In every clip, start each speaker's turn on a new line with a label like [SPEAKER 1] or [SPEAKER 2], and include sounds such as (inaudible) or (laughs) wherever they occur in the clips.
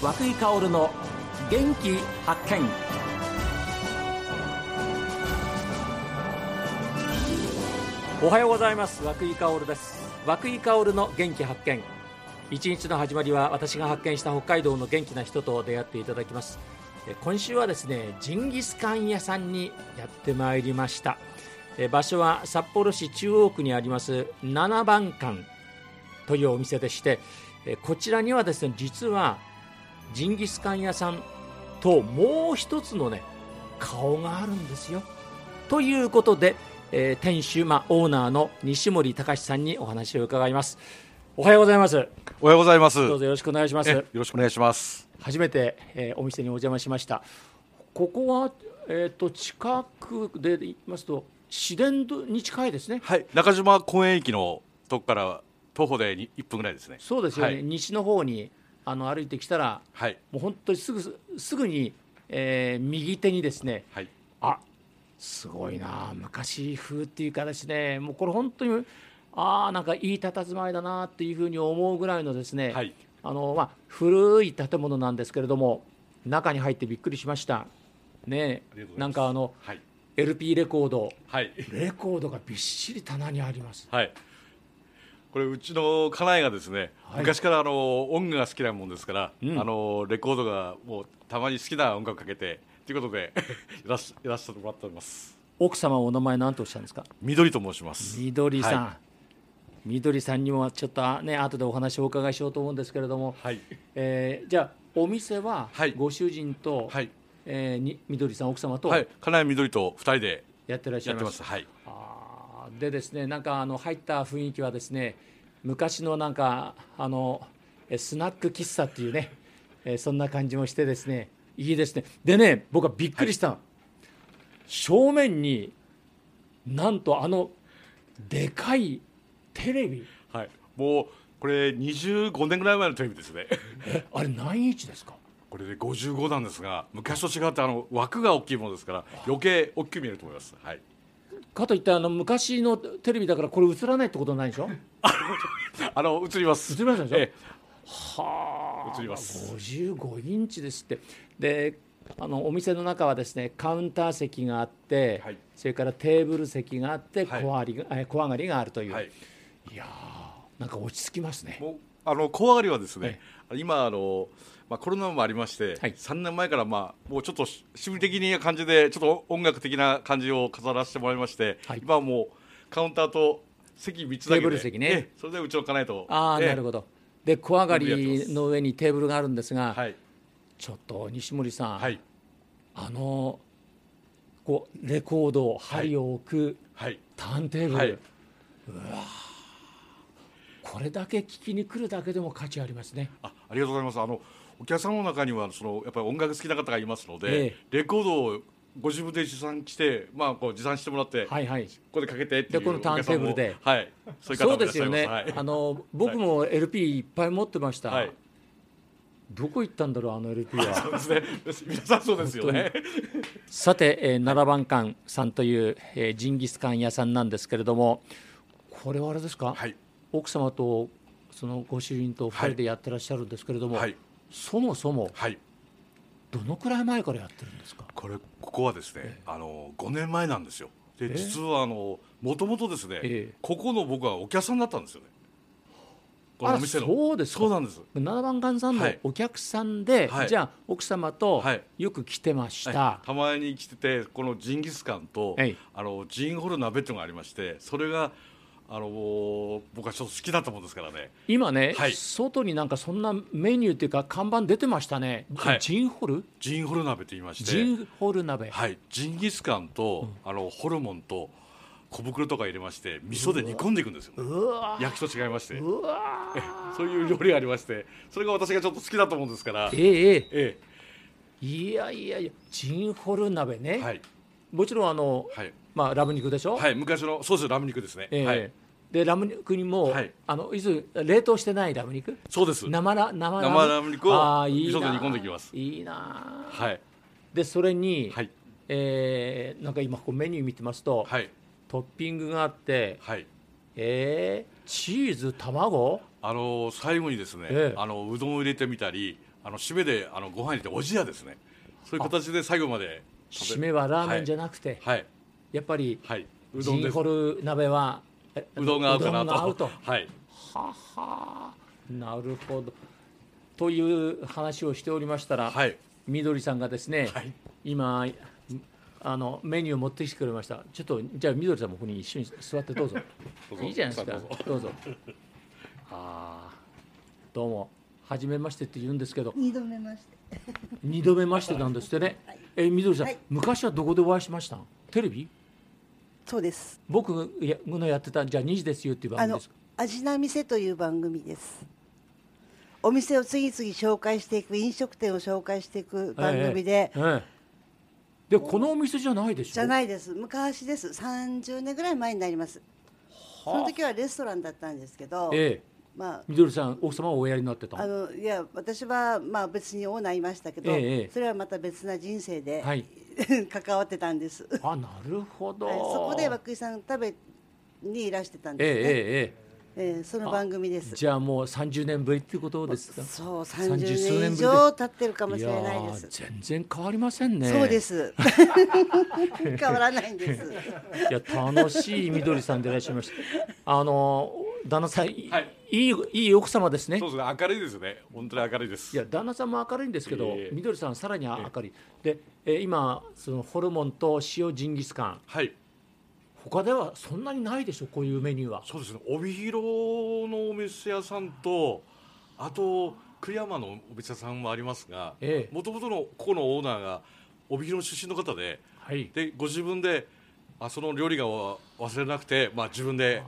[SPEAKER 1] 和久井薫の元気発見おはようございます和久井薫です和久井薫の元気発見一日の始まりは私が発見した北海道の元気な人と出会っていただきますえ今週はですねジンギスカン屋さんにやってまいりましたえ場所は札幌市中央区にあります7番館というお店でしてえこちらにはですね実はジンギスカン屋さんともう一つのね顔があるんですよということで、えー店主、まあ、オーナーの西森隆さんにお話を伺いますおはようございます
[SPEAKER 2] おはようございます。
[SPEAKER 1] どうぞよろしくお願いしま
[SPEAKER 2] えよ
[SPEAKER 1] す
[SPEAKER 2] ろしくお願いします。
[SPEAKER 1] 初めて、えーお店にお邪魔しましたここは、えー、と近くで言いますと市電に近いですね
[SPEAKER 2] はい、中島公園駅のとこから徒歩でに1分ぐらいですね。
[SPEAKER 1] そうですよね、
[SPEAKER 2] はい
[SPEAKER 1] 西の方にあの歩いてきたら
[SPEAKER 2] はい、
[SPEAKER 1] もう本当にすぐすぐに、えー右手にですね
[SPEAKER 2] はい、
[SPEAKER 1] あすごいな昔風っていうかですねもうこれ本当にああなんかいい佇まいだなっていうふうに思うぐらいのですね、
[SPEAKER 2] はい
[SPEAKER 1] あのまあ、古い建物なんですけれども中に入ってびっくりしましたね
[SPEAKER 2] ありがとうございます
[SPEAKER 1] なんかあの
[SPEAKER 2] はい、
[SPEAKER 1] LP レコード
[SPEAKER 2] はい、
[SPEAKER 1] レコードがびっしり棚にあります
[SPEAKER 2] はい。これうちの家内がですね、
[SPEAKER 1] はい
[SPEAKER 2] 昔からあの音楽が好きなもんですから、
[SPEAKER 1] うん
[SPEAKER 2] あのレコードがもうたまに好きな音楽かけてということで (laughs) いらっしいらっしゃってもらっております。
[SPEAKER 1] 奥様はお名前何とおっしゃるんですか
[SPEAKER 2] 緑と申します。
[SPEAKER 1] みどりさん、
[SPEAKER 2] は
[SPEAKER 1] みどりさんにもちょっとね後でお話をお伺いしようと思うんですけれども、
[SPEAKER 2] はい、
[SPEAKER 1] えーじゃあお店は
[SPEAKER 2] はい
[SPEAKER 1] ご主人と、
[SPEAKER 2] はい、
[SPEAKER 1] えーにみどりさん奥様と
[SPEAKER 2] はい、家内緑と2人で
[SPEAKER 1] やってらっしゃ
[SPEAKER 2] や
[SPEAKER 1] い
[SPEAKER 2] っ
[SPEAKER 1] ま
[SPEAKER 2] て
[SPEAKER 1] す,、
[SPEAKER 2] ます。はい、
[SPEAKER 1] あーでですねなんかあの入った雰囲気はですね昔のなんかあのえスナック喫茶っていうね、えーそんな感じもしてですねいいですねでね僕はびっくりしたの、正面になんとあのでかいテレビ
[SPEAKER 2] はい、もうこれ25年ぐらい前のテレビですね。 (laughs)
[SPEAKER 1] えあれ何インチですか
[SPEAKER 2] これで55なんですが昔と違ってあの枠が大きいものですから余計大きく見えると思いますはい
[SPEAKER 1] かといってあの昔のテレビだからこれ映らないってことないでしょ
[SPEAKER 2] あの映ります
[SPEAKER 1] 映りますでしょ
[SPEAKER 2] え
[SPEAKER 1] はあ
[SPEAKER 2] 映ります
[SPEAKER 1] 55インチですってであのお店の中はですねカウンター席があって、
[SPEAKER 2] はい
[SPEAKER 1] それからテーブル席があって
[SPEAKER 2] はい
[SPEAKER 1] 小上がりが,え、小上がりがあるとい
[SPEAKER 2] え
[SPEAKER 1] う、、
[SPEAKER 2] はいい
[SPEAKER 1] やーなんか落ち着きますね
[SPEAKER 2] もうあの小上がりはです
[SPEAKER 1] え
[SPEAKER 2] ね、今あの、まあ、コロナもありまして、
[SPEAKER 1] はい
[SPEAKER 2] 3年前から、まあ、もうちょっとし趣味的な感じでちょっと音楽的な感じを飾らせてもらいまして、
[SPEAKER 1] はい
[SPEAKER 2] 今はもうカウンターと席3つだ
[SPEAKER 1] テ
[SPEAKER 2] けで
[SPEAKER 1] ーブル席ね
[SPEAKER 2] ええそれでうちの家内と
[SPEAKER 1] ああ、
[SPEAKER 2] ええ
[SPEAKER 1] なるほどで小上が
[SPEAKER 2] 全部やって
[SPEAKER 1] り
[SPEAKER 2] ます
[SPEAKER 1] の上にテーブルがあるんですが、
[SPEAKER 2] はい
[SPEAKER 1] ちょっと西森さん、
[SPEAKER 2] はい
[SPEAKER 1] あのこうレコード針を置く、
[SPEAKER 2] はい
[SPEAKER 1] ターンテーブル、
[SPEAKER 2] はいう
[SPEAKER 1] わーこれだけ聞きに来るだけでも価値ありますね
[SPEAKER 2] あありがとうございます。あのお客様の中にはそのやっぱり音楽好きな方がいますので、
[SPEAKER 1] ええ
[SPEAKER 2] レコードをご自分で持参して、まあこう持参してもらって、
[SPEAKER 1] はいはい
[SPEAKER 2] ここでかけてっていう
[SPEAKER 1] でこのターン
[SPEAKER 2] お客様
[SPEAKER 1] テ
[SPEAKER 2] も
[SPEAKER 1] ーブルで
[SPEAKER 2] はい、そういう
[SPEAKER 1] そ
[SPEAKER 2] 方
[SPEAKER 1] う
[SPEAKER 2] もい
[SPEAKER 1] で
[SPEAKER 2] らっ
[SPEAKER 1] す
[SPEAKER 2] しゃ
[SPEAKER 1] よ
[SPEAKER 2] います。
[SPEAKER 1] ね、
[SPEAKER 2] はい、
[SPEAKER 1] あの僕も LP いっぱい持ってました、
[SPEAKER 2] はい、
[SPEAKER 1] どこ行ったんだろうあの LP
[SPEAKER 2] そ
[SPEAKER 1] は
[SPEAKER 2] うですね。皆さんそうですよね。
[SPEAKER 1] さて、えー、7番館さんという、えージンギスカン屋さんなんですけれどもこれはあれですか、
[SPEAKER 2] はい
[SPEAKER 1] 奥様とそのご主人と2人でやってらっしゃるんですけれども、
[SPEAKER 2] はい
[SPEAKER 1] そもそも
[SPEAKER 2] はい。
[SPEAKER 1] どのくらい前からやってるんですか
[SPEAKER 2] これここはですね、あの5年前なんですよ。で
[SPEAKER 1] え
[SPEAKER 2] 実はあの元々ですね、
[SPEAKER 1] ええ
[SPEAKER 2] ここの僕はお客さんだったんですよね。こ
[SPEAKER 1] あ
[SPEAKER 2] の
[SPEAKER 1] ら
[SPEAKER 2] お店の
[SPEAKER 1] そうですか
[SPEAKER 2] そうなんです。
[SPEAKER 1] 7番館さんの
[SPEAKER 2] はい
[SPEAKER 1] お客さんで、
[SPEAKER 2] はい
[SPEAKER 1] じゃあ奥様と
[SPEAKER 2] はい
[SPEAKER 1] よく来てました、
[SPEAKER 2] はい、たまに来ててこのジンギスカンと、
[SPEAKER 1] はい
[SPEAKER 2] あのジンホル鍋っていうのがありましてそれがあのもう僕はちょっと好きだったもんですからね
[SPEAKER 1] 今ね、
[SPEAKER 2] はい
[SPEAKER 1] 外になんかそんなメニューっていうか看板出てましたね、
[SPEAKER 2] はい
[SPEAKER 1] ジンホル
[SPEAKER 2] ジンホル鍋と言いまして
[SPEAKER 1] ジンホル鍋、
[SPEAKER 2] はい、ジンギスカンと、あのホルモンと小袋とか入れまして味噌で煮込んでいくんですよ
[SPEAKER 1] うわ
[SPEAKER 2] 焼きと違いまして
[SPEAKER 1] うわ
[SPEAKER 2] そういう料理がありましてそれが私がちょっと好きだったもんですから
[SPEAKER 1] え
[SPEAKER 2] え
[SPEAKER 1] ええ
[SPEAKER 2] え
[SPEAKER 1] えいやいやいやジンホル鍋ね、
[SPEAKER 2] はい
[SPEAKER 1] もちろんあの、
[SPEAKER 2] はい、
[SPEAKER 1] まあ、ラム肉でしょ、
[SPEAKER 2] はい、昔のそうですラム肉ですね、
[SPEAKER 1] ええ
[SPEAKER 2] はい、
[SPEAKER 1] でラム肉にも、
[SPEAKER 2] はい
[SPEAKER 1] あのいず冷凍してないラム肉
[SPEAKER 2] そうです
[SPEAKER 1] 生ラ生ラ
[SPEAKER 2] 生ラム肉を
[SPEAKER 1] あーいいな
[SPEAKER 2] 味噌で煮込んでいきます
[SPEAKER 1] いいなあ
[SPEAKER 2] はい
[SPEAKER 1] でそれに、
[SPEAKER 2] はい
[SPEAKER 1] えーなんか今こうメニュー見てますと、
[SPEAKER 2] はい
[SPEAKER 1] トッピングがあって、
[SPEAKER 2] はい
[SPEAKER 1] えーチーズ卵
[SPEAKER 2] あの最後にですね、
[SPEAKER 1] ええ
[SPEAKER 2] あのうどんを入れてみたりあの締めであのご飯入れておじやですねそういう形で最後まで
[SPEAKER 1] 締
[SPEAKER 2] 食べ
[SPEAKER 1] め
[SPEAKER 2] る
[SPEAKER 1] はラーメンじゃなくて、
[SPEAKER 2] はい
[SPEAKER 1] やっぱり、
[SPEAKER 2] はい
[SPEAKER 1] ジ
[SPEAKER 2] うどん
[SPEAKER 1] ン
[SPEAKER 2] です
[SPEAKER 1] ホル鍋はえ
[SPEAKER 2] うどんが合うかな
[SPEAKER 1] うどんが合うと
[SPEAKER 2] とはい
[SPEAKER 1] ははなるほどという話をしておりましたら、
[SPEAKER 2] はい
[SPEAKER 1] みどりさんがですね、
[SPEAKER 2] はい
[SPEAKER 1] 今あのメニューを持ってきてくれましたちょっとじゃあみどりさんもここに一緒に座ってどうぞ
[SPEAKER 2] どうぞ
[SPEAKER 1] いいじゃないですか
[SPEAKER 2] さあどう
[SPEAKER 1] ど
[SPEAKER 2] ぞ
[SPEAKER 1] うぞああどうも初めましてって言うんですけど
[SPEAKER 3] 二度目まして。
[SPEAKER 1] 二度目ましてなんですってねえみどりさん、
[SPEAKER 3] はい
[SPEAKER 1] 昔はどこでお会いしましたテレビ
[SPEAKER 3] そうです。
[SPEAKER 1] 僕やのやってたじゃあ2時ですよっていう番
[SPEAKER 3] あ
[SPEAKER 1] 組で
[SPEAKER 3] の
[SPEAKER 1] すか、
[SPEAKER 3] 味な店という番組です。お店を次々紹介していく、飲食店を紹介していく番組で。
[SPEAKER 1] ええええでこのお店じゃないでしょ
[SPEAKER 3] じゃないです。昔です。三十年ぐらい前になります。その時はレストランだったんですけど。
[SPEAKER 1] ええ
[SPEAKER 3] まあ。
[SPEAKER 1] みどりさん奥様はおやりになってた
[SPEAKER 3] あのいや私はまあ別にオーナーいましたけど、
[SPEAKER 1] ええええ
[SPEAKER 3] それはまた別な人生で、
[SPEAKER 1] はい
[SPEAKER 3] (laughs) 関わってたんです、はい、
[SPEAKER 1] あなるほど、
[SPEAKER 3] そこで涌井さん食べにいらしてたん
[SPEAKER 1] ええ
[SPEAKER 3] ですね、
[SPEAKER 1] ええ
[SPEAKER 3] ええその番組です
[SPEAKER 1] ええじゃあもう30年ぶりっていうことですか
[SPEAKER 3] そう
[SPEAKER 1] 30
[SPEAKER 3] 30
[SPEAKER 1] 数年
[SPEAKER 3] 年
[SPEAKER 1] ぶり
[SPEAKER 3] 以
[SPEAKER 1] で
[SPEAKER 3] 上経ってるかもしれないで
[SPEAKER 1] や
[SPEAKER 3] す。
[SPEAKER 1] ー全然変わりませんね
[SPEAKER 3] そうで
[SPEAKER 1] (laughs)
[SPEAKER 3] す (laughs) 変わらないんです。
[SPEAKER 1] いや楽しいみどりさんでいらっしゃいましたあの旦那さん、い
[SPEAKER 2] はい、
[SPEAKER 1] いいいい奥様ですね
[SPEAKER 2] そうですね明るいですね本当に明るいです
[SPEAKER 1] いや旦那さんも明るいんですけど、
[SPEAKER 2] ええ
[SPEAKER 1] みどりさんさらに明るい、で、えー今そのホルモンと塩ジンギスカン
[SPEAKER 2] はい
[SPEAKER 1] 他ではそんなにないでしょこういうメニューは
[SPEAKER 2] そうですね帯広のお店屋さんとあと栗山のお店屋さんもありますが
[SPEAKER 1] ええ
[SPEAKER 2] もともとのここのオーナーが帯広出身の方で
[SPEAKER 1] はい
[SPEAKER 2] でご自分であその料理がわ忘れなくて、まあ、自分で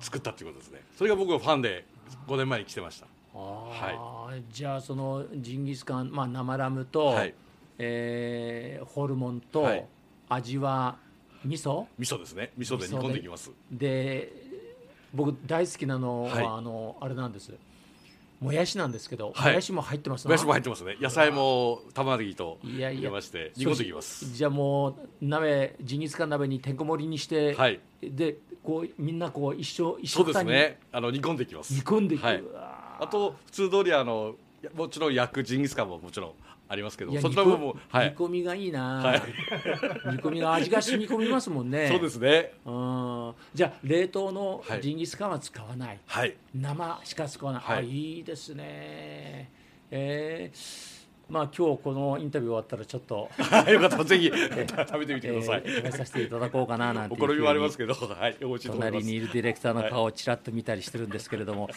[SPEAKER 2] 作ったっていうことですねそれが僕はファンで5年前に来てました
[SPEAKER 1] あー、じゃあそのジンギスカン、まあ、生ラムと、
[SPEAKER 2] はい
[SPEAKER 1] えーホルモンと、
[SPEAKER 2] はい
[SPEAKER 1] 味は味噌
[SPEAKER 2] 味噌ですね味噌で煮込んでいきます
[SPEAKER 1] で僕大好きなのは、
[SPEAKER 2] はい
[SPEAKER 1] あのあれなんですもやしなんですけど、
[SPEAKER 2] はい
[SPEAKER 1] もやしも入ってます
[SPEAKER 2] もやしも入
[SPEAKER 1] っ
[SPEAKER 2] ってますね野菜も玉ねぎと
[SPEAKER 1] いやいや
[SPEAKER 2] 入れまして煮込んでいきます
[SPEAKER 1] じゃあもう鍋ジンギスカン鍋にてんこ盛りにして、
[SPEAKER 2] はい
[SPEAKER 1] でこうみんなこう一緒一
[SPEAKER 2] そ
[SPEAKER 1] 緒
[SPEAKER 2] うですねあの煮込んでいきます
[SPEAKER 1] 煮込んでいく、
[SPEAKER 2] はいう
[SPEAKER 1] わー
[SPEAKER 2] あと普通通りあのやもちろん焼くジンギスカンももちろんありますけ
[SPEAKER 1] い
[SPEAKER 2] ど
[SPEAKER 1] や
[SPEAKER 2] そちらももう
[SPEAKER 1] 煮込
[SPEAKER 2] はい
[SPEAKER 1] 煮込みがいいな、
[SPEAKER 2] はい
[SPEAKER 1] 煮込みが味が染み込みますもんね
[SPEAKER 2] そうですね
[SPEAKER 1] うんじゃあ冷凍の
[SPEAKER 2] はい
[SPEAKER 1] ジンギスカンは使わない、
[SPEAKER 2] はい
[SPEAKER 1] 生しか使わない、
[SPEAKER 2] はい
[SPEAKER 1] あいいですねえーまあ今日このインタビュー終わったらちょっ
[SPEAKER 2] (laughs)
[SPEAKER 1] と、
[SPEAKER 2] はいよかった
[SPEAKER 1] (laughs)
[SPEAKER 2] らぜひ食べてみてください
[SPEAKER 1] えー食べさせていただこうかななんてい
[SPEAKER 2] お
[SPEAKER 1] うふ
[SPEAKER 2] 好
[SPEAKER 1] うに
[SPEAKER 2] みもありますけどはい美味しいと思いま
[SPEAKER 1] 隣
[SPEAKER 2] す
[SPEAKER 1] にいるディレクターの顔をちらっと見たりしてるんですけれど
[SPEAKER 2] (laughs)
[SPEAKER 1] も、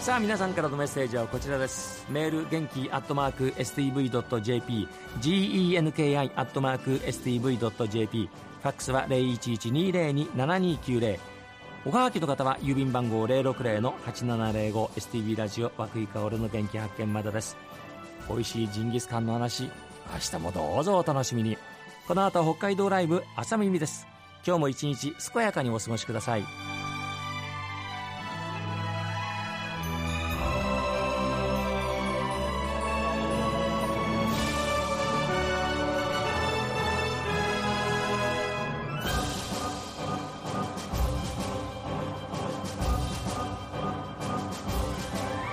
[SPEAKER 1] さあ皆さんからのメッセージはこちらですメール元気アットマーク STV.jp genki アットマーク STV.jp ファックスは0112027290おはがきの方は郵便番号 060-8705STV ラジオ和久井香織の元気発見までです美味しいジンギスカンの話明日もどうぞお楽しみにこの後は北海道ライブ朝耳です今日も一日健やかにお過ごしください